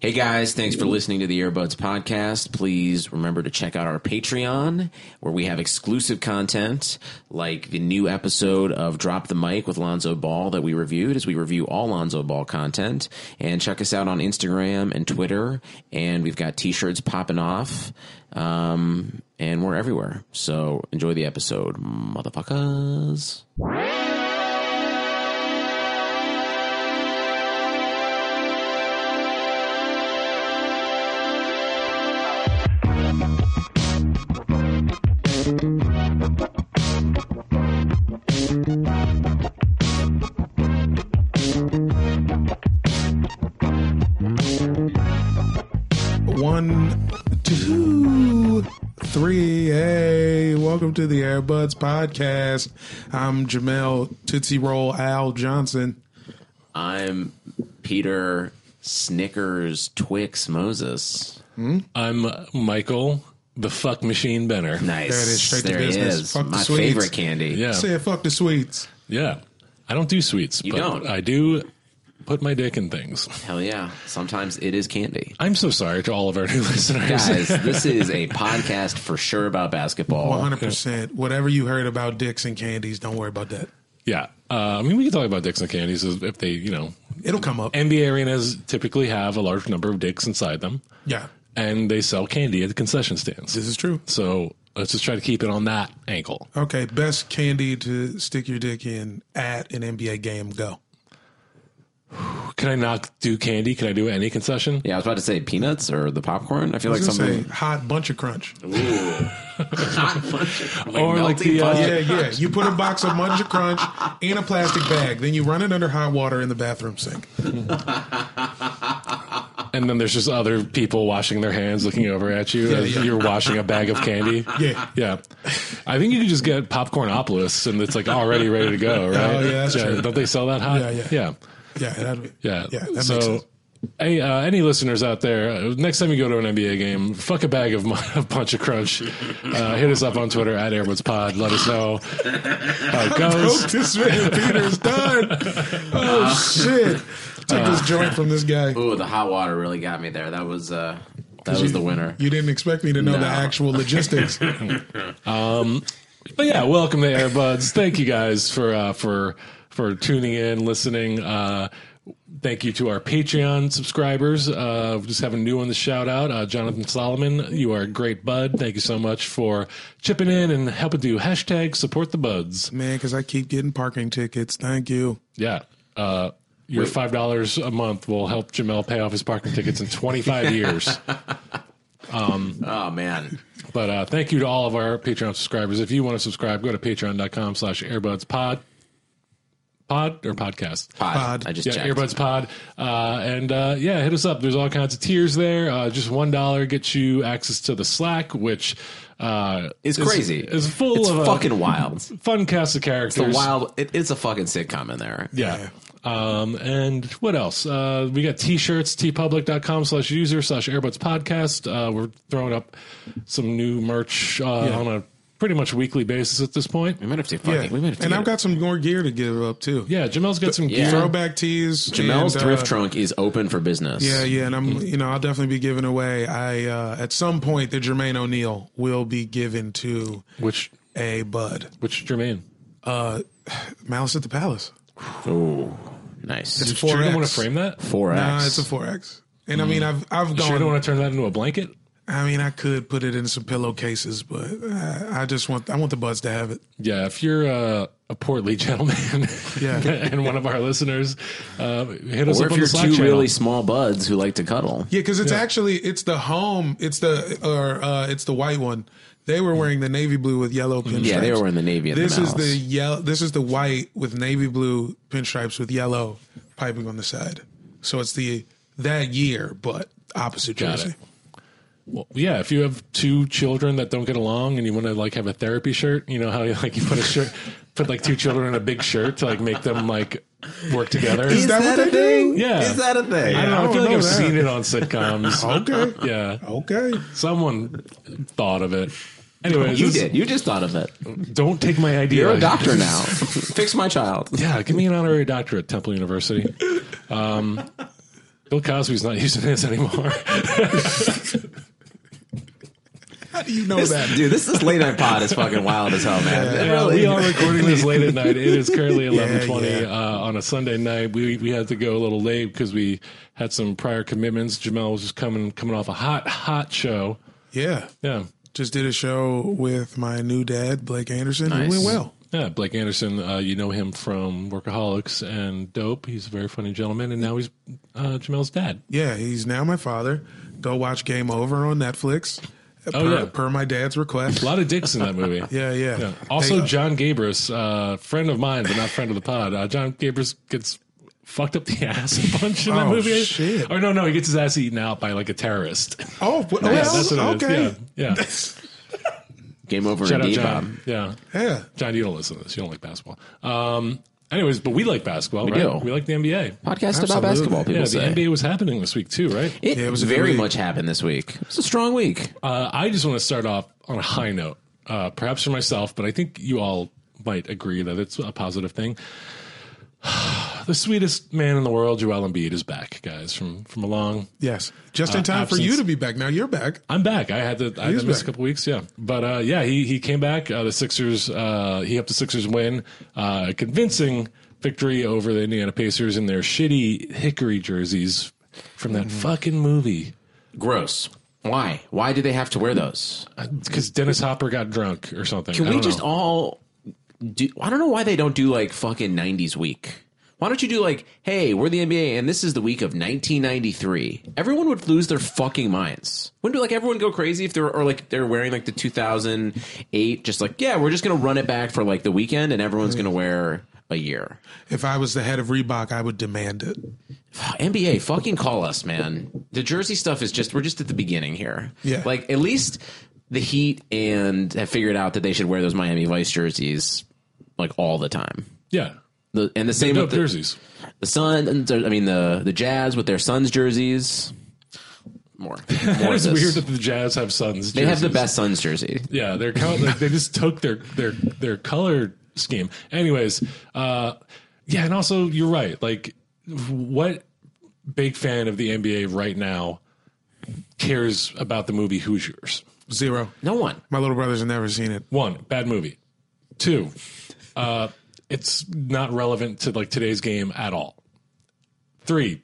Hey guys, thanks for listening to the Earbuds podcast. Please remember to check out our Patreon where we have exclusive content like the new episode of Drop the Mic with Lonzo Ball that we reviewed as we review all Lonzo Ball content. And check us out on Instagram and Twitter. And we've got t shirts popping off. Um, and we're everywhere. So enjoy the episode, motherfuckers. One, two, three. Hey, welcome to the Airbuds podcast. I'm Jamel Tootsie Roll Al Johnson. I'm Peter Snickers Twix Moses. I'm Michael, the fuck machine Benner. Nice. There it is, straight to There it business. is. Fuck the My sweets. favorite candy. Yeah, Said fuck the sweets. yeah. I don't do sweets. You but don't? I do put my dick in things. Hell yeah. Sometimes it is candy. I'm so sorry to all of our new listeners. Guys, this is a podcast for sure about basketball. 100%. Whatever you heard about dicks and candies, don't worry about that. yeah, uh, I mean we can talk about dicks and candies if if they, you know, It'll come up. NBA arenas typically have a large number of dicks inside them, yeah, and they sell candy at the concession stands. this is true. So let's just try to keep it on that ankle. Okay, best candy to stick your dick in at an NBA game. Go. Can I not do candy? Can I do any concession? Yeah, I was about to say peanuts or the popcorn. I feel I like was gonna something say hot bunch of crunch. hot bunch like Or like the, uh, Yeah, yeah. You put a box of bunch of crunch in a plastic bag, then you run it under hot water in the bathroom sink. And then there's just other people washing their hands, looking over at you Yeah, as yeah. you're washing a bag of candy. Yeah. yeah. I think you could just get popcornopolis, and it's like already ready to go, right? Oh, yeah, that's true. Don't they sell that hot? Yeah, yeah. yeah, Yeah, that, yeah. yeah. That so, makes sense. Hey, uh, any listeners out there? uh, Next time you go to an NBA game, fuck a bag of a bunch of crunch. Uh, hit us up on Twitter at Airwoods Pod. Let us know how it Oh, goes. this man Peter's done. Uh, Oh shit! Took this joint from this guy. Ooh, the hot water really got me there. That was uh that was the winner. You didn't expect me to know No. the actual logistics. But yeah, welcome to Airbuds. Thank you guys for uh, for for tuning in, listening. Uh, thank you to our Patreon subscribers. Uh, we just have a new one to shout out, uh, Jonathan Solomon. You are a great bud. Thank you so much for chipping in and helping to hashtag support the buds. Man, because I keep getting parking tickets. Thank you. Yeah. Uh, your five dollars a month will help Jamel pay off his parking tickets in twenty five years. Oh man. But uh, thank you to all of our Patreon subscribers. If you want to subscribe, go to patreon.com slash airbuds pod. Pod or podcast? Pod. Pod. I just yeah, checked. Earbuds Pod. Uh, and uh, yeah, hit us up. There's all kinds of tiers there. Uh, just one dollar gets you access to the Slack, which uh, It's crazy. It's full It's of uh, fucking wild. fun cast of It's a characters. wild. It, it's a fucking sitcom in there. Yeah. Um, and what else? Uh, we got t-shirts, tpublic.com slash user slash airbuds podcast. Uh, we're throwing up some new merch, uh, on a pretty much weekly basis at this point. We might have to fucking. Yeah, We might have to. and get- I've got some more gear to give up too. Yeah. Jamel's got some gear. Yeah. throwback tees. Jamel's and, uh, thrift trunk is open for business. Yeah, yeah, and I'm, you know, I'll definitely be giving away. I uh, at some point the Jermaine O'Neal will be given to Which, a bud. which Jermaine? Uh, Malice at the Palace. Oh, nice. It's Sure, you 4X. don't want to frame that? Four X. Nah, it's a four X. And I mean, I've I've Sure, you gone. don't want to turn that into a blanket? I mean, I could put it in some pillowcases, but uh, I just want I want the buds to have it. Yeah, if you're uh, a portly gentleman Yeah. and one of our listeners, uh, hit us or up if on you're the Slack two channel. really small buds who like to cuddle. Yeah, because it's actually it's the home. It's the or uh, it's the white one. They were wearing the navy blue with yellow pinstripes. Yeah, they were wearing the navy at the This is Malice. the yellow. This is the white with navy blue pinstripes with yellow piping on the side. So it's the that year, but opposite Got jersey. Well, yeah, if you have two children that don't get along and you want to like have a therapy shirt, you know how you like you put a shirt, put like two children in a big shirt to like make them like work together. Is that what they do? yeah, a thing? I don't know. I, I feel like don't I've know that. seen it on sitcoms. Okay. yeah, Okay. someone thought of it. Anyways, You this- did. You just thought of it. Don't take my idea. You're a doctor now. Fix my child. Yeah, give me an honorary doctorate at Temple University. Um, Bill Cosby's not using his anymore. How do you know that? Dude, this this late night pod is fucking wild as hell, man. It Yeah, really- we are recording this late at night. It is currently eleven twenty yeah. uh, on a Sunday night. We we had to go a little late because we had some prior commitments. Jamel was just coming coming off a hot hot show. Yeah. Yeah, Just did a show with my new dad, Blake Anderson. Nice. It went well. yeah. Blake Anderson, uh, you know him from Workaholics and Dope. He's a very funny gentleman, and now he's uh, Jamel's dad. Yeah, he's now my father. Go watch Game Over on Netflix. uh, Oh, per, yeah. per my dad's request. A lot of dicks in that movie. Yeah, yeah. Yeah. Also, Hey, uh, John Gabris, uh, friend of mine, but not friend of the pod. Uh, John Gabris gets fucked up the ass a bunch in that Oh, movie. shit. Or no, no, he gets his ass eaten out by like a terrorist. oh, well, That's what it is. okay. Yeah, yeah. Game over Shout out indeed, Bob. John. Yeah, Yeah. John, you don't listen to this. You don't like basketball. Um. Anyways, but we like basketball, right? do. We like the NBA. Podcast about Absolutely. basketball, people Yeah, the say. NBA was happening this week too, right? It, Yeah, it was a good very week. much happened this week. It's a strong week. Uh, I just want to start off on a high note, uh, perhaps for myself, but I think you all might agree that it's a positive thing. the sweetest man in the world, Joel Embiid, is back, guys, from from a long. Yes. Just in time Uh, absence. for you to be back. Now you're back. I'm back. I had to. I had He's to miss a back. couple weeks. Yeah, but uh, yeah, he he came back. Uh, the Sixers. Uh, he helped the Sixers win uh, a convincing victory over the Indiana Pacers in their shitty hickory jerseys from that Mm-hmm. fucking movie. Gross. Why? Why do they have to wear those? Because Dennis Hopper got drunk or something. Uh, Can I we don't just know. all do? I don't know why they don't do like fucking 90s week. Why don't you do like, hey, we're the NBA and this is the week of 1993? Everyone would lose their fucking minds. Wouldn't it, like everyone go crazy if they're or like they're wearing like the 2008? Just like, yeah, we're just gonna run it back for like the weekend and everyone's Mm. gonna wear a year. If I was the head of Reebok, I would demand it. NBA, fucking call us, man. The jersey stuff is just we're just at the beginning here. Yeah. Like at least the Heat and have figured out that they should wear those Miami Vice jerseys like all the time. yeah. The, and the same Dope with the, jerseys. the Sun. I mean the the Jazz with their Suns jerseys. More. More It's of this. weird that the Jazz have Suns. they have the jerseys. best Suns jersey. Yeah, they're co- like, they just took their their their color scheme. Anyways, uh, yeah, and also you're right. Like, what big fan of the NBA right now cares about the movie Hoosiers? Zero. No one. My little brother's never seen it. One, bad movie. Two, uh, it's not relevant to like today's game at all. Three,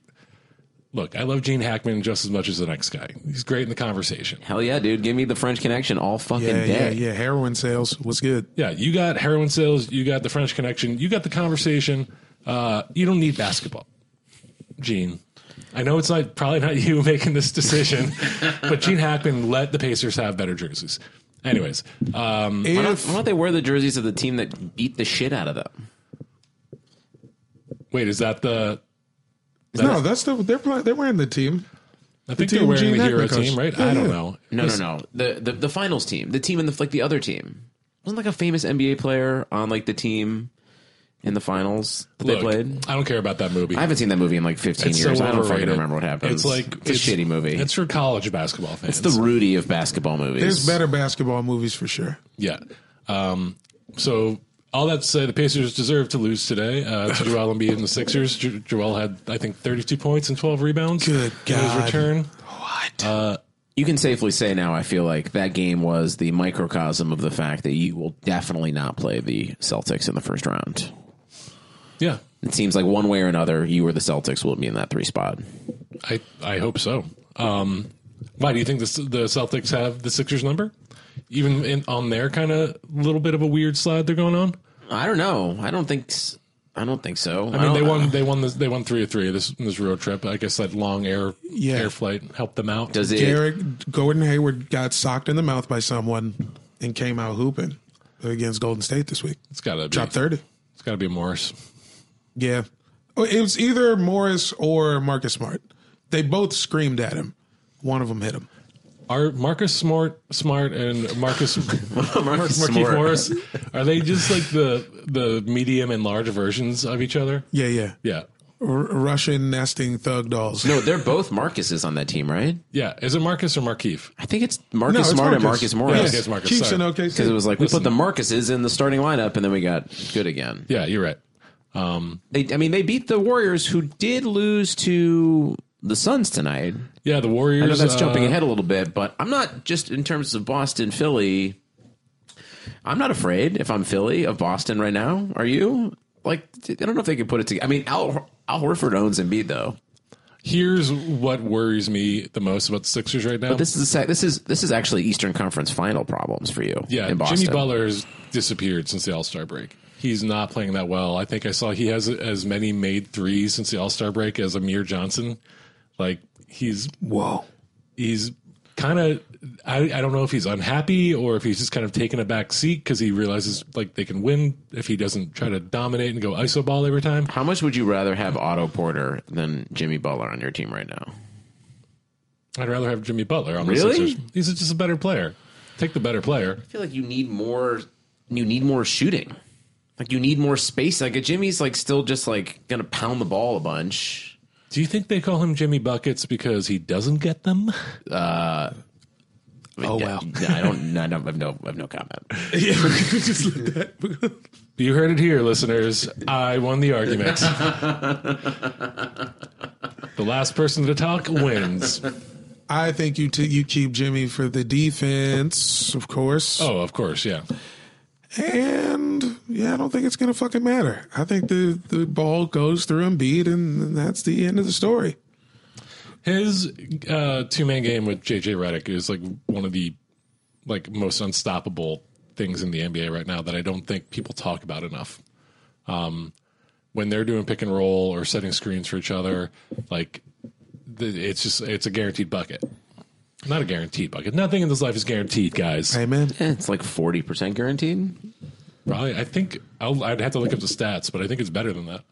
look, I love Gene Hackman just as much as the next guy. He's great in the conversation. Hell yeah, dude! Give me the French Connection all fucking Yeah, yeah, day. yeah. Heroin sales was good. Yeah, you got heroin sales, you got the French connection, you got the conversation. Uh, you don't need basketball, Gene. I know it's not probably not you making this decision, but Gene Hackman let the Pacers have better jerseys. Anyways, um, Why don't, If why don't they wear the jerseys of the team that beat the shit out of them? Wait, is that the? no, that's the they're playing, they're wearing the team. I think The they're team wearing Gene the hero Hackman coached. team, right? Yeah, I don't yeah. know. No, no, no. The, the the finals team, the team in the like the other team wasn't like a famous NBA player on like the team in the finals that Look, they played. I don't care about that movie. I haven't seen that movie in like 15 It's years. so I don't fucking overrated. remember what happened. It's like it's, a shitty movie. It's It's, for college basketball fans. the Rudy of basketball movies. There's better basketball movies for sure. Yeah. Um, so all that to say, the Pacers deserve to lose today uh, to Joel Embiid and the Sixers. Jo- Joel had, I think, 32 points and 12 rebounds. Good in God. his return. What? You can safely say now. I feel like that game was the microcosm of the fact that you will definitely not play the Celtics in the first round. Yeah, It seems like one way or another, you or the Celtics will be in that three spot. I I hope so. Um, why do you think the the Celtics have the Sixers number? Even in, on their kind of little bit of a weird slide they're going on. I don't know. I don't think. s- I don't think so. I mean, they uh, won. They won. This, they won three of three this this road trip. I guess that long air Yeah. air flight helped them out. Does it? Derek Gordon Hayward got socked in the mouth by someone and came out hooping against Golden State this week. it's gotta be. Dropped thirty. It's gotta be Morris. Yeah. Oh, It was either Morris or Marcus Smart. They both screamed at him. One of them hit him. Are Marcus Smart, Smart, and Marcus Marcus Marquise Smart. Morris are they just like the the medium and large versions of each other? Yeah, yeah. Yeah, R- Russian nesting thug dolls. No, they're both Marcuses on that team, right? yeah. Is it Marcus or Markeef? I think it's Marcus it's Smart and Marcus Morris. Yeah, Because it's Marcus, Chiefs sorry. and OKC. it was like we put the Marcuses in the starting lineup, and then we got good again. Yeah, you're right. They, I mean, they beat the Warriors, who did lose to the Suns tonight. Yeah, the I know Warriors. that's uh, jumping ahead a little bit, but I'm not just in terms of Boston, Philly. I'm not afraid if I'm Philly of Boston right now. Are you? Like, I don't know if they can put it together. I mean, Al, Al Horford owns Embiid though. Here's what worries me the most about the Sixers right now. This is the sec- this is this is actually Eastern Conference Final problems for you. yeah, in Boston. Jimmy Butler's disappeared since the All Star break. He's not playing that well. I think I saw he has as many made threes since the All Star break as Amir Johnson. Like he's Whoa. he's kind of I, I don't know if he's unhappy or if he's just kind of taking a back seat because he realizes like they can win if he doesn't try to dominate and go iso ball every time How much would you rather have Otto Porter than Jimmy Butler on your team right now? i'd rather have jimmy butler on Really? the Sixers. he's just a better player take the better player I feel like you need more. You need more shooting. Like you need more space. Like a Jimmy's like still just like gonna pound the ball a bunch. do you think they call him jimmy buckets because he doesn't get them Oh wow! I don't. I don't. I have no. I have no comment. Yeah, we could just let that. you heard it here listeners i won the argument the last person to talk wins I think you t- you keep Jimmy for the defense, of course. oh of course yeah And yeah, I don't think it's gonna fucking matter. I think the, the ball goes through Embiid, and that's the end of the story. His uh, two man game with JJ Redick is like one of the like most unstoppable things in the NBA right now that I don't think people talk about enough. Um, when they're doing pick and roll or setting screens for each other, like th- it's just it's a guaranteed bucket. Not a guaranteed bucket. Nothing in this life is guaranteed, guys. Amen. Yeah, it's like forty percent guaranteed. Probably, I think I'll, I'd have to look up the stats, but I think it's better than that.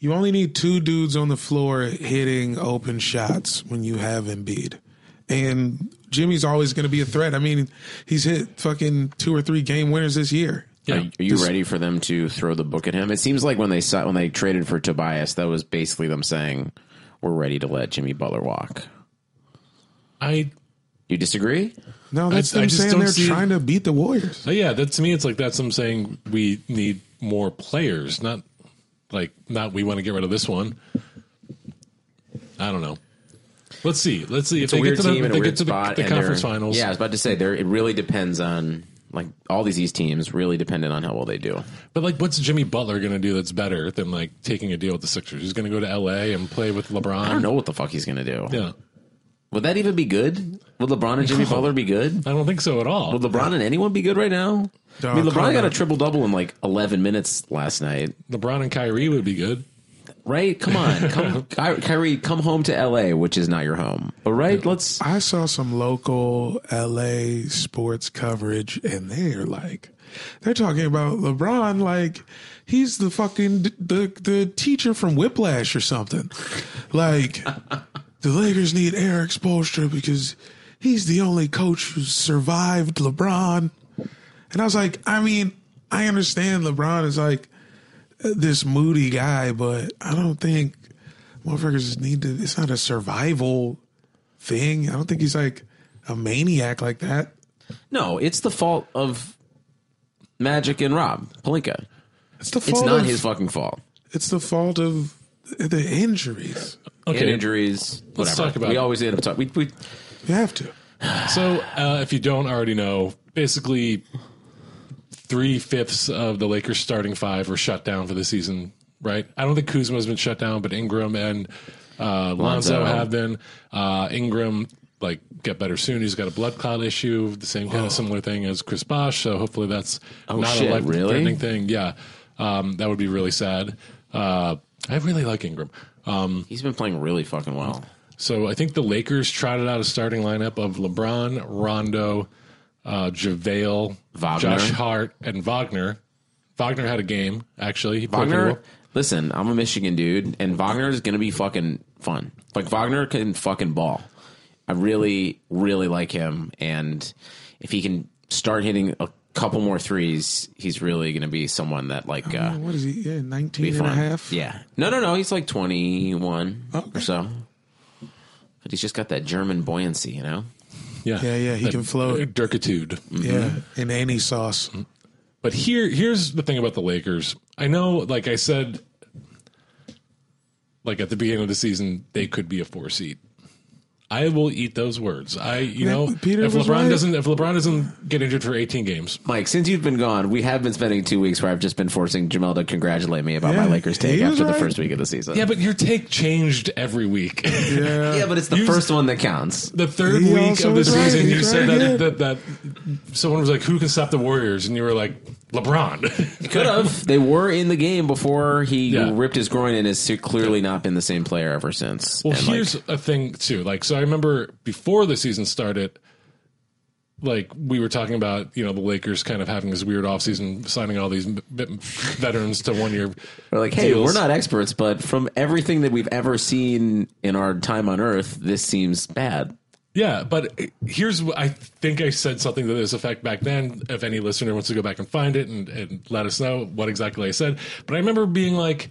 You only need two dudes on the floor hitting open shots when you have Embiid. And Jimmy's always going to be a threat. I mean, he's hit fucking two or three game winners this year. Yeah. Are, are you ready for them to throw the book at him? It seems like when they saw, when they traded for Tobias, that was basically them saying, "We're ready to let Jimmy Butler walk." I You disagree? No, that's I them just saying don't they're see- trying to beat the Warriors. But yeah, that to me, it's like that's them saying we need more players, not like not we want to get rid of this one. I don't know. Let's see. Let's see if they get to the, and they get to the, the and they're- conference finals. Yeah, I was about to say there. It really depends on like all these East teams really dependent on how well they do. but like, what's Jimmy Butler going to do that's better than like taking a deal with the Sixers? He's going to go to L.A. and play with LeBron. I don't know what the fuck he's gonna do. Yeah, Would that even be good? Would LeBron and Jimmy Butler be good? I don't think so at all. Would LeBron and anyone be good right now? I mean, Dog, LeBron got Connor. a triple double in like 11 minutes last night. LeBron and Kyrie would be good. right? Come on, come, Ky- Kyrie, come home to L.A., which is not your home. But right, let's. I saw some local LA sports coverage, and they're like, they're talking about LeBron like he's the fucking the the teacher from Whiplash or something. Like the Lakers need Eric Spoelstra because he's the only coach who survived LeBron. And I was like, I mean, I understand LeBron is like this moody guy, but I don't think motherfuckers need to. It's not a survival thing. I don't think he's like a maniac like that. No, it's the fault of Magic and Rob Palinka. It's the fault. It's not of, his fucking fault. It's the fault of the injuries. He had injuries. Whatever. Let's talk about we it. always end up talking. We, we, You have to. So, uh, if you don't already know, basically three fifths of the Lakers' starting five were shut down for the season. Right? I don't think Kuzma has been shut down, but Ingram and uh, Lonzo Lonzo. have been. Uh, Ingram like get better soon. He's got a blood clot issue, the same kind of similar thing as Chris Bosh. So hopefully that's not Oh. shit, a life really? threatening thing. Yeah, um, that would be really sad. Uh, I really like Ingram. Um, he's been playing really fucking well. so I think the Lakers trotted out a starting lineup of LeBron, Rondo, uh, JaVale, Wagner. Josh Hart, and Wagner. Wagner had a game, actually. He played pretty Wagner, well. listen, I'm a Michigan dude, and Wagner is going to be fucking fun. Like Wagner can fucking ball. I really, really like him, and if he can start hitting a couple more threes, he's really going to be someone that like uh, Oh, What is he? Yeah, 19 be and fun. a half. Yeah, no, no, no. He's like 21 or so, but he's just got that German buoyancy, you know. Yeah, Yeah, yeah, he That uh, can float. Dirkitude. Yeah, Mm-hmm. in any sauce. But here, here's the thing about the Lakers. I know, like I said, like at the beginning of the season, they could be a four seed. I will eat those words. I, you Man, know, Peter if was LeBron right. doesn't, if LeBron doesn't get injured for 18 games, Mike, since you've been gone, we have been spending two weeks where I've just been forcing Jamel to congratulate me about Yeah, my Lakers take he was after the right. first week of the season. yeah, but your take changed every week. Yeah. Yeah, but it's the You- first one that counts. the third He week also of the was right. season, you He's said right that, again. that that someone was like, "Who can stop the Warriors?" and you were like, "LeBron." Could have. They were in the game before he Yeah. ripped his groin and has clearly not been the same player ever since. well, And, like, here's a thing too. Like, so I remember before the season started, like we were talking about, you know, the Lakers kind of having this weird offseason, signing all these m- m- veterans to one year. we're like, hey, deals. we're not experts, but from everything that we've ever seen in our time on Earth, this seems bad. Yeah, but here's what I think I said something to this effect back then. If any listener wants to go back and find it and, and let us know what exactly I said, but I remember being like,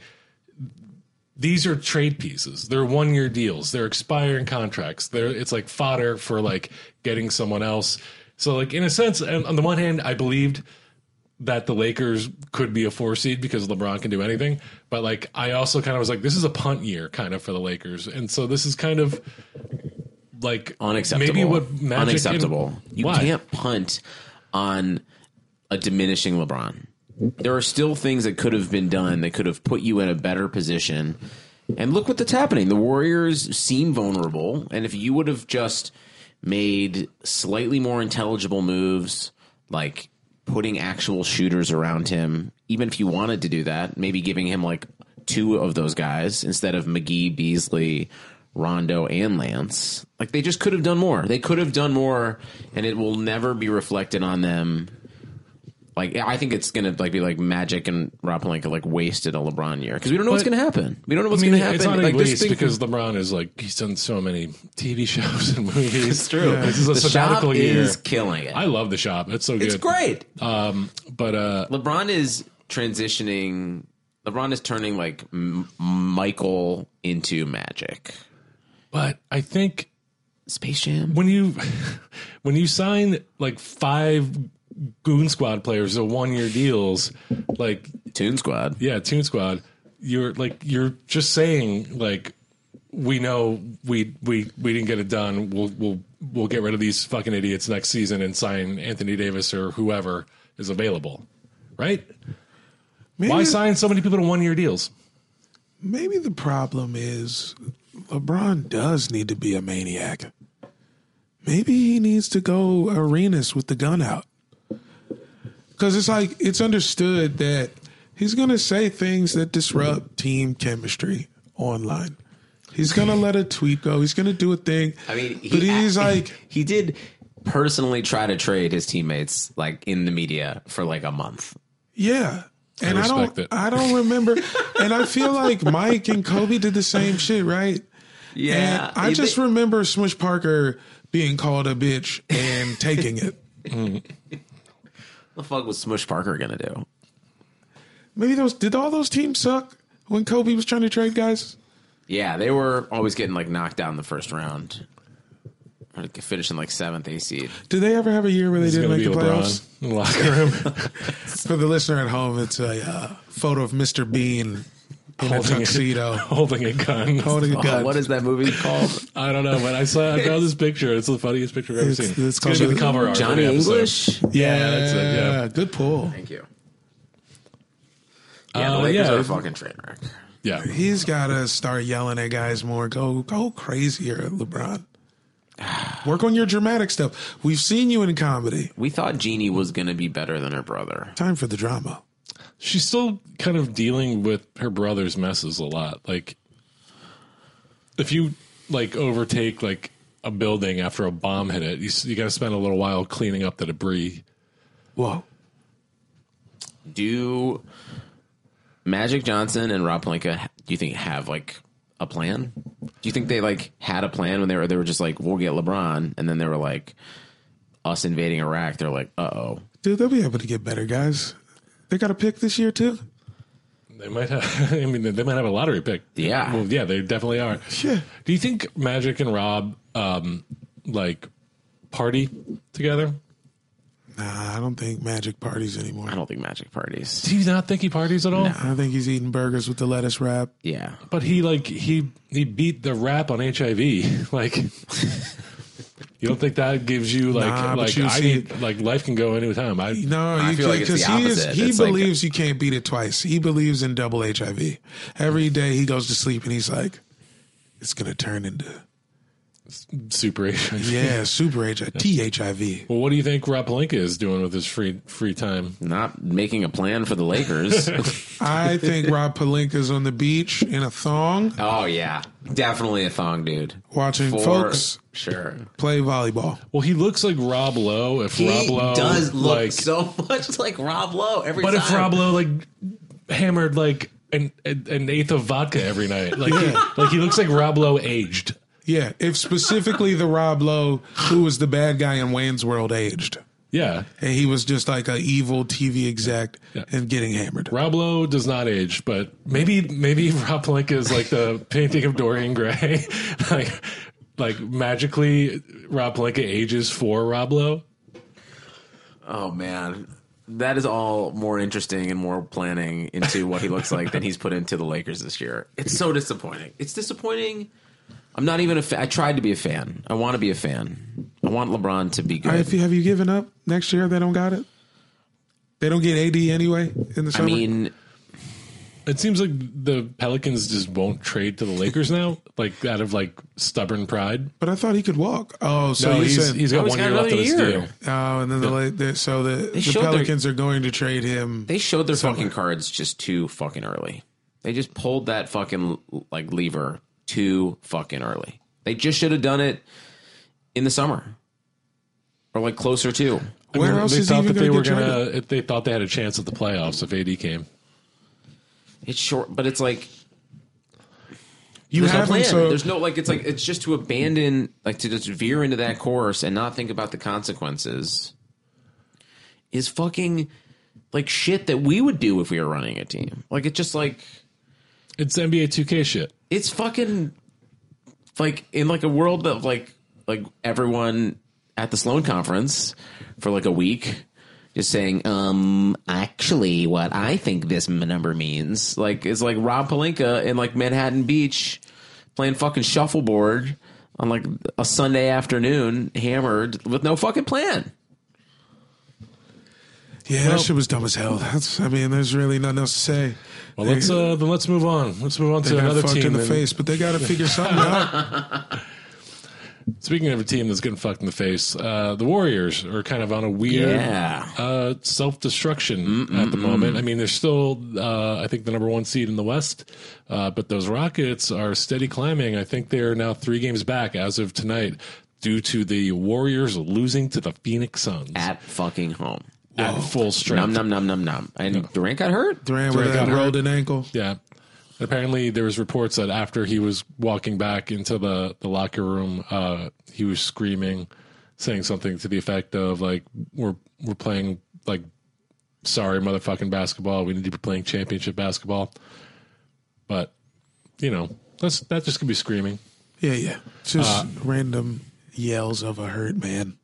these are trade pieces. They're one year deals. They're expiring contracts. They're it's like fodder for like getting someone else. So like in a sense, and on the one hand, I believed that the Lakers could be a four seed because LeBron can do anything. But like I also kind of was like, this is a punt year kind of for the Lakers, and so this is kind of like Unacceptable. Maybe what Magic and- unacceptable. you Why? can't punt on a diminishing LeBron. There are still things that could have been done that could have put you in a better position. And look what's happening. The Warriors seem vulnerable, and if you would have just made slightly more intelligible moves, like putting actual shooters around him, even if you wanted to do that, maybe giving him like two of those guys instead of McGee, Beasley, Rondo, and Lance. Like they just could have done more. They could have done more, and it will never be reflected on them. Like I think it's gonna like be like Magic and Rob Palenka like wasted a LeBron year because we don't know what's But- gonna happen. We don't know I what's mean, gonna happen. it's not like like least because LeBron is like he's done so many TV shows and movies. it's true. This is a the shop sabbatical year. is killing it. I love the shop. It's so good. it's great. But uh, LeBron is transitioning. LeBron is turning like M- Michael into Magic. but I think Space Jam. when you when you sign like five goon squad players to one year deals, like Toon Squad. yeah, Toon Squad, you're like you're just saying like we know we we we didn't get it done. We'll we'll we'll get rid of these fucking idiots next season and sign Anthony Davis or whoever is available, right? Maybe, Why sign so many people to one year deals? maybe the problem is LeBron does need to be a maniac. Maybe he needs to go arenas with the gun out. Because it's like, it's understood that he's going to say things that disrupt team chemistry online. He's going to let a tweet go. He's going to do a thing. I mean, he but he's act- like, he did personally try to trade his teammates like in the media for like a month. Yeah. And I, respect don't it. I don't remember and I feel like Mike and Kobe did the same shit, right? Yeah, And I he just did- remember Smush Parker being called a bitch and taking it. the fuck was Smush Parker gonna do? Maybe those did all those teams suck when Kobe was trying to trade guys? Yeah, they were always getting like knocked out in the first round, or like, finishing like seventh A seed. Did they ever have a year where they It's didn't going make to the be playoffs? LeBron in the locker room For the listener at home, it's a uh, photo of Mr. Bean in a Holding it. tuxedo holding a gun. holding a Oh, gun. what is that movie called? I don't know, but I saw I found this picture. It's the funniest picture I've ever It's- seen. it's It's going to be the called cover art. of Johnny the episode. English. yeah, that's it, yeah. good pull. Thank you. Yeah, the Uh, Lakers yeah. are a fucking train wreck. Yeah, He's got to start yelling at guys more. Go, go crazier, LeBron. Work on your dramatic stuff. We've seen you in comedy. We thought Jeannie was gonna be better than her brother. Time for the drama. she's still kind of dealing with her brother's messes a lot. Like, if you like overtake like a building after a bomb hit it, you, s- you got to spend a little while cleaning up the debris. Whoa. Do Magic Johnson and Rob Palenka? Do you think have like a plan? Do you think they like had a plan when they were they were just like we'll get LeBron, and then they were like us invading Iraq? They're like, uh oh, Dude, they'll be able to get better, guys. They got a pick this year, too. They might have. I mean, they might have a lottery pick. Yeah. Well, yeah, they definitely are. Yeah. Do you think Magic and Rob um like party together? Nah, I don't think Magic parties anymore. I I, don't think Magic parties. Do you not think he parties at all? think he's eating burgers with the lettuce wrap. Yeah, But he like he he beat the rap on HIV. Like you don't think that gives you like Nah, but like you I see- need, like life can go any time. I No, I you feel can't like it's the because he is opposite. he It's like- believes you can't beat it twice. He believes in double HIV. Every day he goes to sleep and he's like, it's gonna turn into super HIV. Yeah, super HIV, THIV. Well, what do you think Rob Palinka is doing with his free free time? not making a plan for the Lakers. I think Rob Palinka's on the beach in a thong oh yeah, definitely a thong dude. watching For folks sure. play volleyball. Well, he looks like Rob Lowe. If Rob Lowe like, so much like Rob Lowe every but if Rob Lowe like hammered like an an eighth of vodka every night, like he, like he looks like Rob Lowe aged. Yeah, if specifically the Rob Lowe, who was the bad guy in Wayne's World, aged. Yeah, And he was just like a evil TV exec Yeah. and getting hammered. Rob Lowe does not age, but maybe maybe Rob Palenka is like the painting of Dorian Gray, like like magically Rob Palenka ages for Rob Lowe. Oh man, that is all more interesting and more planning into what he looks like than he's put into the Lakers this year. It's so disappointing. It's disappointing. I'm not even a fan. I tried to be a fan. I want to be a fan. I want LeBron to be All right, good. if you, have you given up next year? They don't got it. They don't get AD anyway in the I summer. mean, It seems like the Pelicans just won't trade to the Lakers now, like out of like stubborn pride. but I thought he could walk. Oh, so No, you he's said he's got he's one got year left of another his year. deal. Oh, and then the, la- the so the, the showed their- Pelicans are going to trade him. they showed their fucking cards just too fucking early. They just pulled that fucking like lever too fucking early. They just should have done it in the summer or like closer to. I Where mean, else they is he thought even that they gonna were get traded? gonna? If they thought they had a chance at the playoffs if AD came. It's short, but it's like You There's no have him, plan. so There's no like. It's like it's just to abandon, like to just veer into that course and not think about the consequences. Is fucking like shit that we would do if we were running a team. Like it's just like It's NBA 2K shit. it's fucking like in like a world of like like everyone at the Sloan conference for like a week just saying um actually what i think this m- number means like is like rob palinka in like manhattan beach playing fucking shuffleboard on like a sunday afternoon hammered with no fucking plan yeah, that shit was dumb as hell. That's I mean, there's really nothing else to say. Well, let's uh, then let's move on. Let's move on they to got another fucked team in the and- face, but they got to figure something out. Speaking of a team that's getting fucked in the face, uh, the Warriors are kind of on a weird Yeah. uh, self destruction at the moment. I mean, they're still, uh, I think, the number one seed in the West, uh, but those Rockets are steady climbing. I think they're now three games back as of tonight due to the Warriors losing to the Phoenix Suns at, at fucking home. full strength. Num num num num num. And Durant got hurt. Durant with Durant that got hurt. rolled an ankle. Yeah. Apparently, there was reports that after he was walking back into the, the locker room, uh, he was screaming, saying something to the effect of like, "We're we're playing like, sorry, motherfucking basketball. We need to be playing championship basketball." But you know, that's that just could be screaming. Yeah, yeah. Just random yells of a hurt man.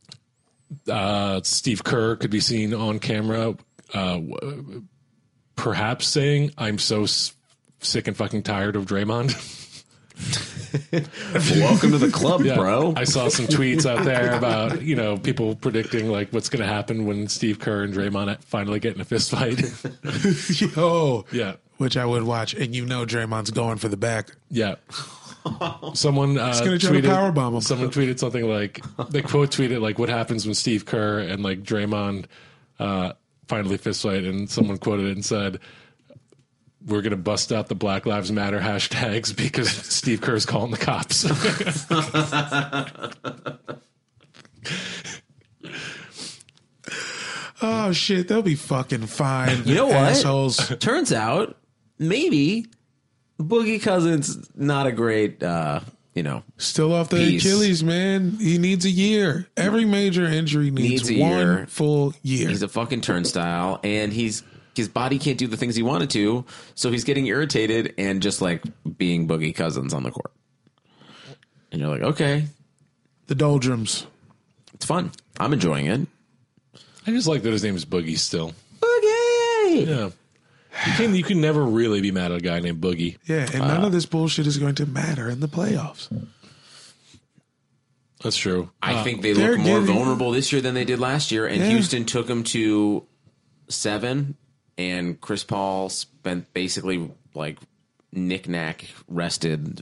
Uh, Steve Kerr could be seen on camera, uh, w- perhaps saying, "I'm so s- sick and fucking tired of Draymond." Welcome to the club, Yeah, bro. I saw some tweets out there about you know people predicting like what's going to happen when Steve Kerr and Draymond finally get in a fist fight. Yo. yeah, Oh. Which I would watch, and you know Draymond's going for the back. yeah. Someone uh, gonna try to tweeted- powerbomb him. Someone tweeted something like they quote tweeted like what happens when Steve Kerr and like Draymond uh, finally fist fight, and someone quoted it and said. We're gonna bust out the Black Lives Matter hashtags because Steve Kerr's calling the cops. Oh shit, they'll be fucking fine. You know what? assholes. Turns out, maybe Boogie Cousins not a great, uh, you know, Still off the Peace. Achilles, man. He needs a year. Every major injury needs, Needs a one year. full year. he's a fucking turnstile, and he's his body can't do the things he wanted to, so he's getting irritated and just like being Boogie Cousins on the court. And you're like, okay, the doldrums. it's fun. I'm enjoying it. I just like that his name is Boogie still. Boogie. Yeah. You can you can never really be mad at a guy named Boogie. Yeah, and none of this bullshit is going to matter in the playoffs. That's true. I think they Uh, they're look more getting- vulnerable this year than they did last year, and Yeah. Houston took them to seven, and Chris Paul spent basically like knick-knack rested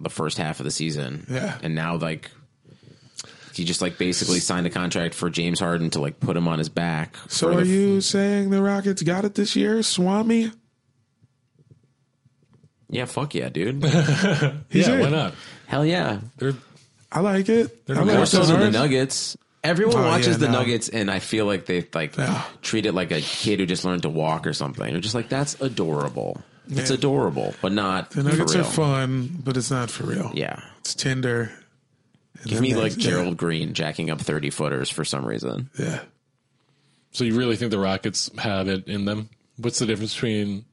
the first half of the season. Yeah. And now like he just like basically signed a contract for James Harden to like put him on his back. So for are the- you saying the Rockets got it this year, Swami? Yeah, fuck yeah, dude. He's yeah, in. why not? Hell yeah. They're I like it. I like More it. so than the Hard. Nuggets. Everyone Oh, watches yeah, the no. Nuggets, and I feel like they like treat it like a kid who just learned to walk or something. You're just like, that's adorable. It's Yeah. adorable, but not The Nuggets for are real. fun, but it's not for real. Yeah, It's Tinder. And give then me they- like yeah, Gerald Green jacking up thirty footers for some reason. Yeah. so you really think the Rockets have it in them? What's the difference between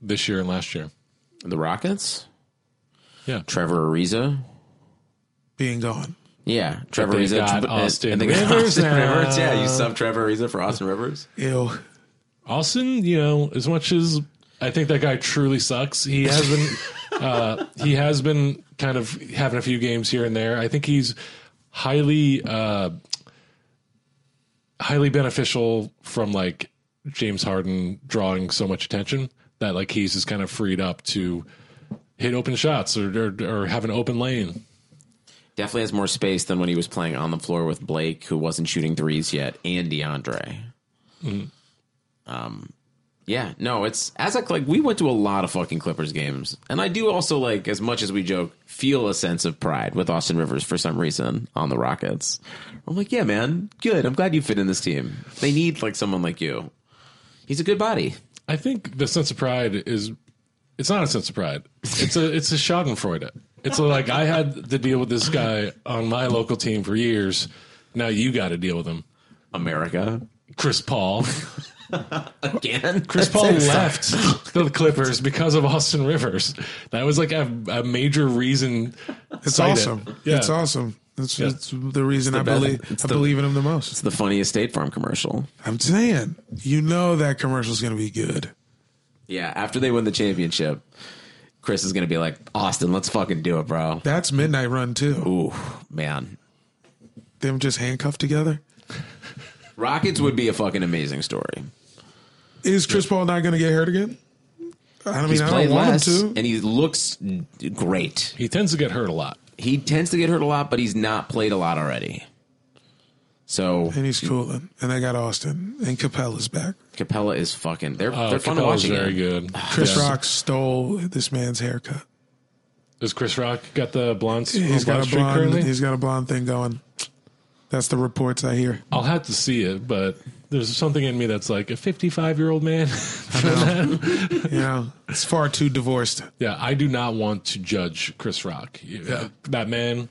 this year and last year? The Rockets, Yeah. Trevor Ariza, Being gone. yeah, Trevor they've Ariza, got Tre- Austin and they got Rivers Austin now. Rivers. Yeah, you sub Trevor Ariza for Austin Rivers. Ew. Austin, you know, as much as I think that guy truly sucks, he has been uh, he has been kind of having a few games here and there. I think he's highly uh, highly beneficial from like James Harden drawing so much attention that like he's just kind of freed up to hit open shots or or, or have an open lane. Definitely has more space than when he was playing on the floor with Blake, who wasn't shooting threes yet, and DeAndre. Um, Mm-hmm. yeah, no, it's as like, like we went to a lot of fucking Clippers games, and I do also like as much as we joke, feel a sense of pride with Austin Rivers for some reason on the Rockets. I'm like, yeah, man, good. I'm glad you fit in this team. They need like someone like you. He's a good body. I think the sense of pride is it's not a sense of pride. It's a it's a Schadenfreude. It's like I had to deal with this guy on my local team for years. Now you got to deal with him. America Chris Paul. again. Chris Paul left the Clippers because of Austin Rivers. That was like a, a major reason. It's Cite it. awesome. Yeah. It's awesome. That's Yeah. it's the reason I best- believe I it's the- believe in him the most. It's the funniest State Farm commercial. I'm saying, you know that commercial's going to be good. Yeah, after they win the championship, Chris is going to be like, Austin, let's fucking do it, bro. That's Midnight Run too. Ooh, man. Them just handcuffed together. Rockets would be a fucking amazing story. Is Chris Paul not going to get hurt again? I mean, He's I played don't want less, him to. and he looks great. He tends to get hurt a lot. He tends to get hurt a lot, but he's not played a lot already. So and he's cooling. And they got Austin and Capella's back. Capella is fucking. They're Oh, they're fun to Capella's watch very again. good. Chris Yeah. Rock stole this man's haircut. Is Chris Rock got the blonde? He's got a streak blonde. currently? He's got a blonde thing going. That's the reports I hear. I'll have to see it, but there's something in me that's like a 55 year old man. You know, it's far too divorced. yeah, I do not want to judge Chris Rock. Yeah, That man,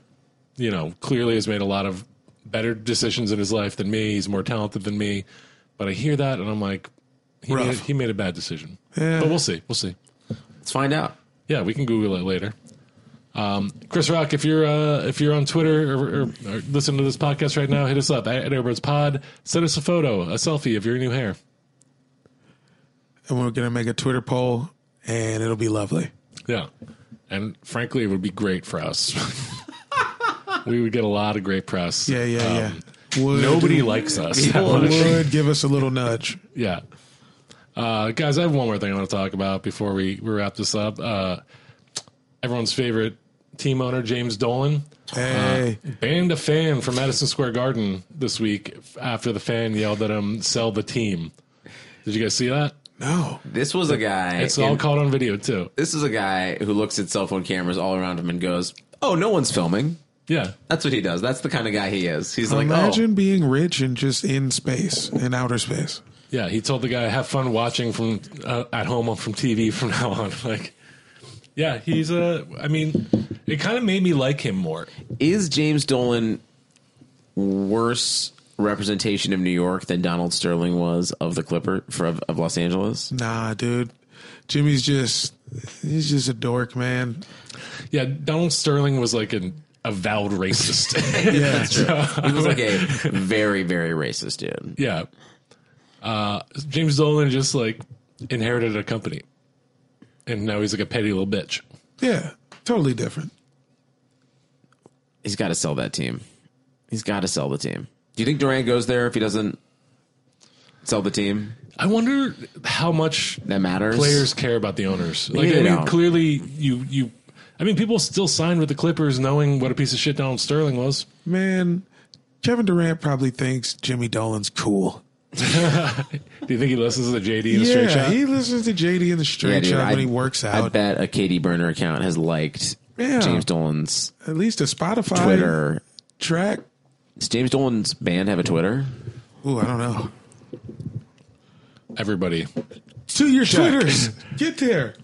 you know, clearly has made a lot of better decisions in his life than me. He's more talented than me. But I hear that and I'm like, he, Rough. made, he made a bad decision. Yeah. But we'll see. We'll see. Let's find out. Yeah, we can Google it later. Um, Chris Rock, if you're uh, if you're on Twitter or, or, or listening to this podcast right now, hit us up at Airbirds Pod. Send us a photo, a selfie of your new hair. And we're gonna make a Twitter poll, and it'll be lovely. Yeah, and frankly, it would be great for us. we would get a lot of great press. Yeah, yeah, Um, yeah. Would, Nobody likes us. would give us a little nudge. yeah. Uh, guys, I have one more thing I want to talk about before we, we wrap this up. Uh, everyone's favorite team owner, James Dolan, Uh-huh. Hey, banned a fan from Madison Square Garden this week after the fan yelled at him, sell the team. Did you guys see that? no, This was a guy. It's all in- caught on video, too. this is a guy who looks at cell phone cameras all around him and goes, "Oh, no one's filming." Yeah. That's what he does. That's the kind of guy he is. He's like, "Oh, imagine being rich and just in space, in outer space. Yeah. He told the guy, have fun watching from uh, at home from TV from now on. Like, yeah, he's a. I mean, it kind of made me like him more. "Oh, is James Dolan worse representation of New York than Donald Sterling was of the Clipper for of, of Los Angeles?" Nah, dude, Jimmy's just he's just a dork, man. Yeah. Donald Sterling was like an avowed racist. Yeah, He was like a very, very racist dude. yeah. Uh, James Dolan just like inherited a company. And now he's like a petty little bitch. yeah, totally different. He's got to sell that team. He's got to sell the team. Do you think Durant goes there if he doesn't sell the team? I wonder how much That matters. players care about the owners. Like, they I mean, don't. clearly you you. I mean, people still signed with the Clippers knowing what a piece of shit Donald Sterling was. Man, Kevin Durant probably thinks Jimmy Dolan's cool. Do you think he listens to JD in a straight Yeah, shot? he listens to JD in the straight dude, shot I- when he works I out. bet a Katie Burner account has liked Yeah. James Dolan's At least a Spotify Twitter. track. Does James Dolan's band have a Twitter? Ooh, I don't know. Everybody, To your Twitters, get there.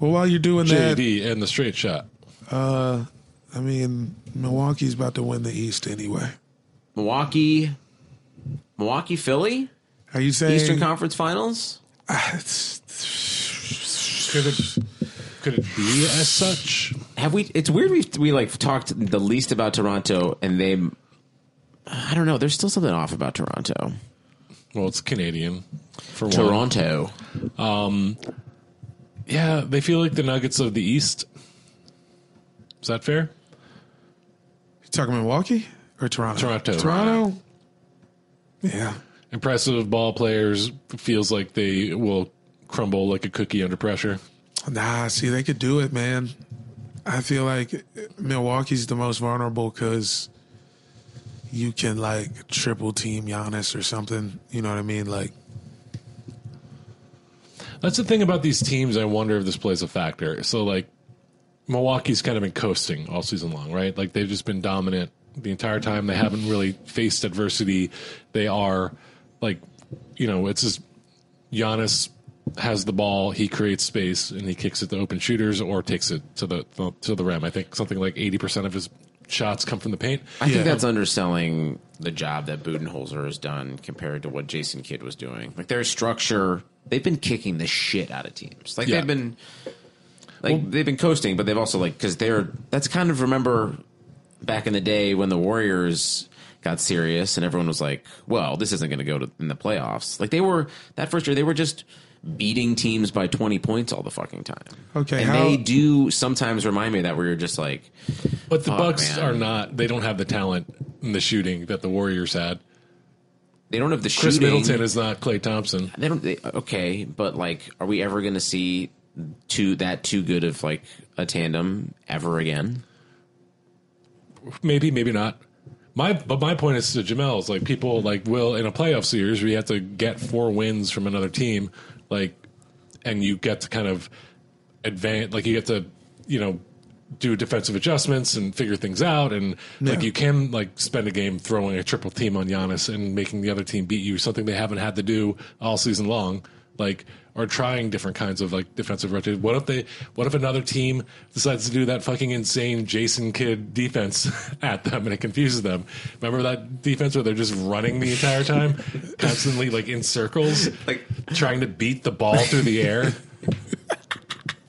Well, while you're doing that, JD and the straight shot. I mean, Milwaukee's about to win the East anyway. Milwaukee, Milwaukee, Philly, Are you saying Eastern Conference Finals. Could it could it be as such? Have we? It's weird. We we like talked the least about Toronto, and they. I don't know. There's still something off about Toronto. Well, it's Canadian for one. Toronto. Yeah, they feel like the Nuggets of the East. Is that fair? talking Milwaukee or Toronto? Toronto. Toronto. Yeah. Impressive ball players feels like they will crumble like a cookie under pressure. Nah, see, they could do it, man. I feel like Milwaukee's the most vulnerable because you can like triple team Giannis or something. You know what I mean? Like, That's the thing about these teams. I wonder if this plays a factor. So, like, Milwaukee's kind of been coasting all season long, right? Like, they've just been dominant the entire time. They haven't really faced adversity. They are, like, you know, it's just Giannis has the ball, he creates space, and he kicks it to open shooters or takes it to the to the rim. I think something like eighty percent of his shots come from the paint. I think that's underselling the job that Budenholzer has done compared to what Jason Kidd was doing. Like their structure, they've been kicking the shit out of teams. Like Yeah. they've been, like they've been coasting, but they've also like because they're that's kind of remember back in the day when the Warriors got serious and everyone was like, "Well, this isn't going to go to in the playoffs." Like they were that first year, they were just beating teams by twenty points all the fucking time. Okay, and how- they do sometimes remind me of that where you're just like. But the Fuck, Bucks man. are not. They don't have the talent and the shooting that the Warriors had. They don't have the Chris shooting. Middleton is not Clay Thompson. They don't. They, okay, but like, are we ever going to see two that too good of like a tandem ever again? maybe, maybe not. My but my point is to Jamel's like people like will in a playoff series where you have to get four wins from another team, like, and you get to kind of advance, like you get to you know do defensive adjustments and figure things out, and like Yeah. you can like spend a game throwing a triple team on Giannis and making the other team beat you, something they haven't had to do all season long. Like or trying different kinds of like defensive rotation. What if they? What if another team decides to do that fucking insane Jason Kidd defense at them and it confuses them? Remember that defense where they're just running the entire time, constantly like in circles, like trying to beat the ball through the air.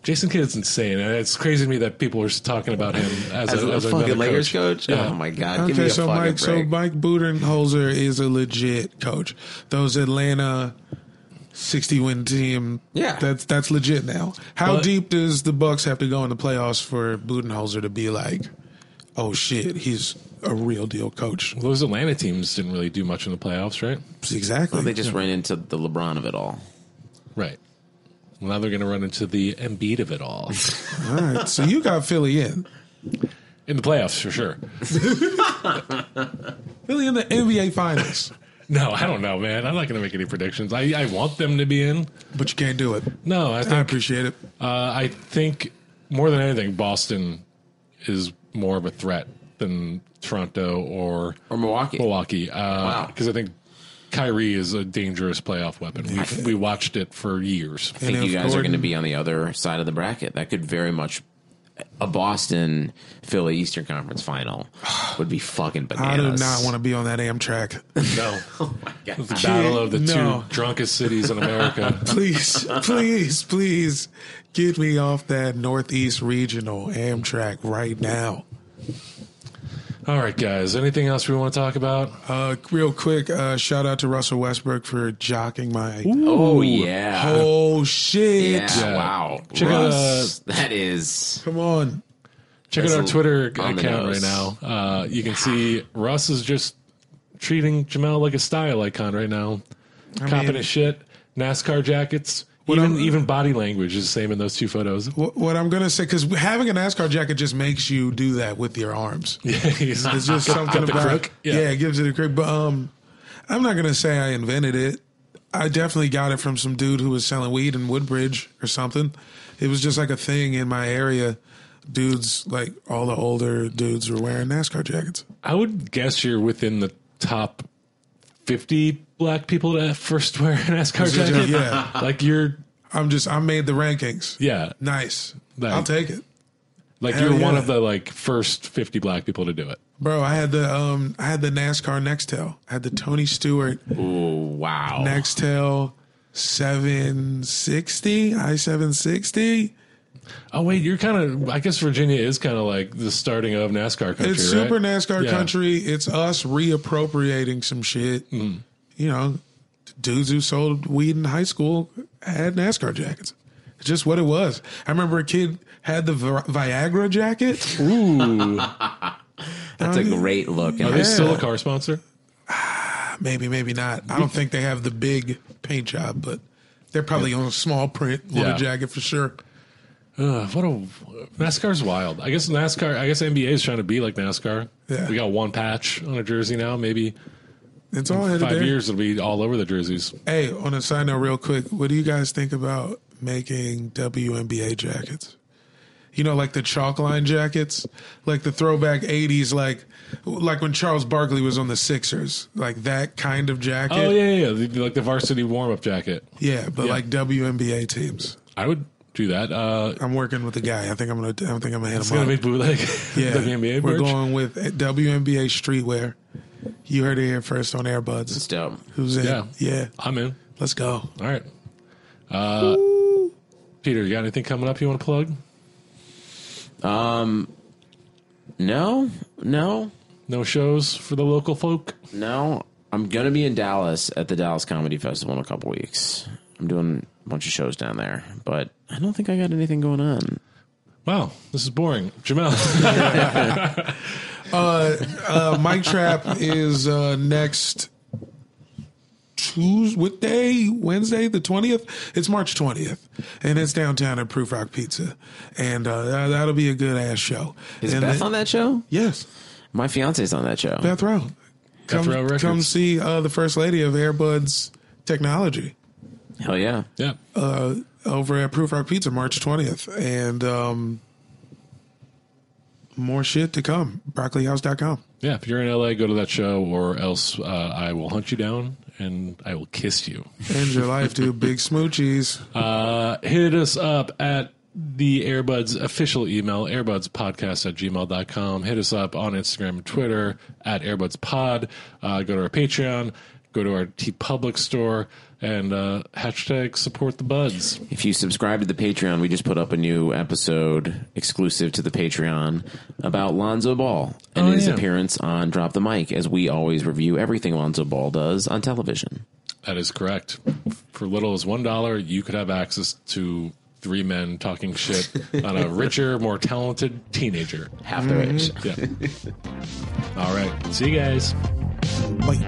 Jason Kidd is insane, and it's crazy to me that people are talking about him as, As a, fucking another Lakers coach. coach? Yeah. Oh my god! Give me Okay, a so fucking Mike, break. so Mike Budenholzer is a legit coach. Those Atlanta sixty win team, Yeah. that's that's legit now. How But- deep does the Bucks have to go in the playoffs for Budenholzer to be like, oh shit, he's a real deal coach? Those Atlanta teams didn't really do much in the playoffs, right? Exactly. they just ran into the LeBron of it all. Right. Well, now they're going to run into the Embiid of it all All right, so you got Philly in. in the playoffs for sure. Philly in the NBA Finals, No, I don't know, man. I'm not going to make any predictions. I, I want them to be in. but you can't do it. No, I I think appreciate it. uh, I think more than anything, Boston is more of a threat than Toronto or Or Milwaukee. Milwaukee. Uh, Wow. Because I think Kyrie is a dangerous playoff weapon. We, we watched it for years. I think And you if guys are Gordon- going to be on the other side of the bracket. That could very much a Boston Philly Eastern Conference final would be fucking I bananas. do not want to be on that Amtrak. No. to. The battle of the No. two drunkest cities in America. please, please, please get me off that Northeast Regional Amtrak right now. All right, guys. Anything else we want to talk about? Uh, real quick, uh, shout out to Russell Westbrook for jocking my. Oh yeah. Oh, shit. uh, yeah. Yeah. Wow. Check out, Russ, that is Come on. Check out That's our a- Twitter on the account right nose. now. Uh, you can see Russ is just treating Jamel like a style icon right now. Copping mean- his shit, NASCAR jackets, even even body language is the same in those two photos. What, what I'm going to say, because having a NASCAR jacket just makes you do that with your arms. Yeah, he's It's just something the about crook? Yeah. Yeah. it gives it a crook. But um, I'm not gonna say I invented it. I definitely got it from some dude who was selling weed in Woodbridge or something. It was just like a thing in my area. Dudes, like all the older dudes, were wearing NASCAR jackets. I would guess you're within the top fifty black people to first wear an NASCAR Yeah. jacket. Yeah. like you're I'm just, I made the rankings. yeah, Nice. Nice. I'll take it, like Hell you're one yeah. of the like first fifty black people to do it. bro. I had the um, I had the NASCAR Nextel. I had the Tony Stewart wow. Nextel 760, i 760. Oh wait, you're kind of. I guess Virginia is kind of like the starting of NASCAR country. It's right? super NASCAR Yeah. country. It's us reappropriating some shit. Mm. You know, dudes who sold weed in high school had NASCAR jackets. It's just what it was. I remember a kid had the Vi- Viagra jacket. Ooh, That's a great look. are And they I- still a car sponsor? Maybe, maybe not. I don't think they have the big paint job, but they're probably on a small print on Yeah. a jacket for sure. Uh, what a NASCAR's wild. I guess NASCAR. I guess NBA is trying to be like NASCAR. Yeah. We got one patch on a jersey now. Maybe It's all headed five there. years it'll be all over the jerseys. Hey, on a side note, real quick, what do you guys think about making WNBA jackets? You know, like the chalk line jackets, like the throwback '80s, like like when Charles Barkley was on the Sixers, like that kind of jacket. Oh yeah, yeah, yeah. The- like the varsity warm up jacket. Yeah, but like WNBA teams. I would do that. Uh, I'm working with a guy. I think I'm gonna. I think I'm gonna hit it's him gonna up. be bootleg. yeah, WNBA we're merch. going with eh, WNBA streetwear. You heard it here first on Airbuds. It's dope. Who's in? Yeah. yeah. I'm in. Let's go. All right. Uh, Peter, you got anything coming up you want to plug? No, no, No shows for the local folk. no. I'm gonna be in Dallas at the Dallas Comedy Festival in a couple weeks. I'm doing a bunch of shows down there, but I don't think I got anything going on. Wow, this is boring. Jamel, uh, Mike Trap is uh, next Tuesday, what day? Wednesday, the twentieth. It's March twentieth, and it's downtown at Proof Rock Pizza, and uh, that- that'll be a good ass show. Is and Beth the- on that show? Yes, My fiance's on that show. Beth Rowe. Come, Rowe Records. come see uh, the first lady of Airbuds Technology Hell yeah. Yeah. over at Proof Rock Pizza March 20th. And um, more shit to come. BroccoliHouse.com. Yeah, if you're in LA, go to that show, or else uh, I will hunt you down and I will kiss you. End your life, dude. Big smoochies. Uh, hit us up at the Airbuds official email, airbudspodcast at gmail.com. Hit us up on Instagram and Twitter at airbudspod. Uh, go to our Patreon, go to our T Public store, and uh, hashtag support the buds. If you subscribe to the Patreon, we just put up a new episode exclusive to the Patreon about Lonzo Ball and Oh, his yeah. appearance on Drop the Mic, as we always review everything Lonzo Ball does on television. That is correct. For little as $1, you could have access to three men talking shit on a richer, more talented teenager. Half the rich. Yeah. All right. See you guys. Bye.